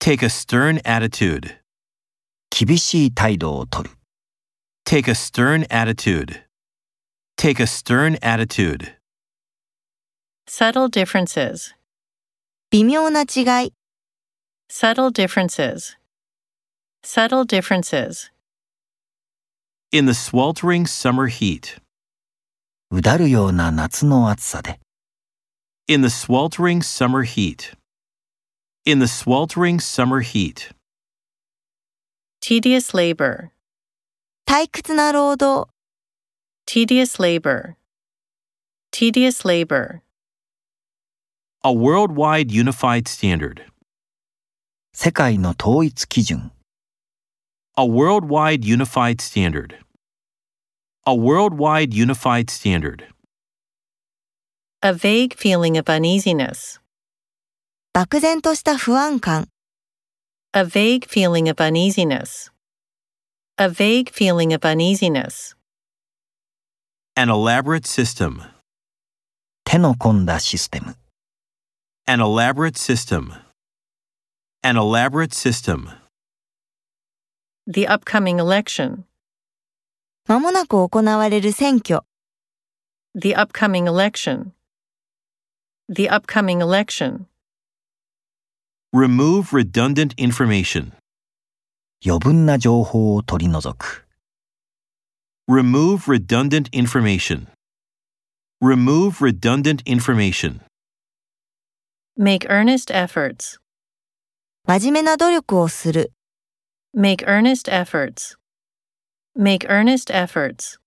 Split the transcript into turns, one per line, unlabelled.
Take a stern attitude.
厳しい態度をとる。
Take a stern attitude. Take a stern attitude.
Subtle differences.
微妙な違い、
Subtle differences. Subtle differences.
In the sweltering summer heat.
うだるような夏の暑さで。
In the sweltering summer heat. In the sweltering summer heat.
Tedious labor.
退屈な労働、
Tedious labor. Tedious labor.
A worldwide unified standard.
世界の統一基準。
A worldwide unified standard. A worldwide unified standard.
A vague feeling of uneasiness.
漠然とした不安感、
A vague feeling of uneasiness. A vague feeling of uneasiness.
An elaborate system.
手の込んだシステム。
An elaborate system. An elaborate system.
The upcoming election.
まもなく行われる選挙、
The upcoming election. The upcoming election.
Remove redundant information.
余分な情報を取り除く。
Remove redundant information. Remove redundant information.
Make earnest efforts.
真面目な努力をする。
Make earnest efforts. Make earnest efforts.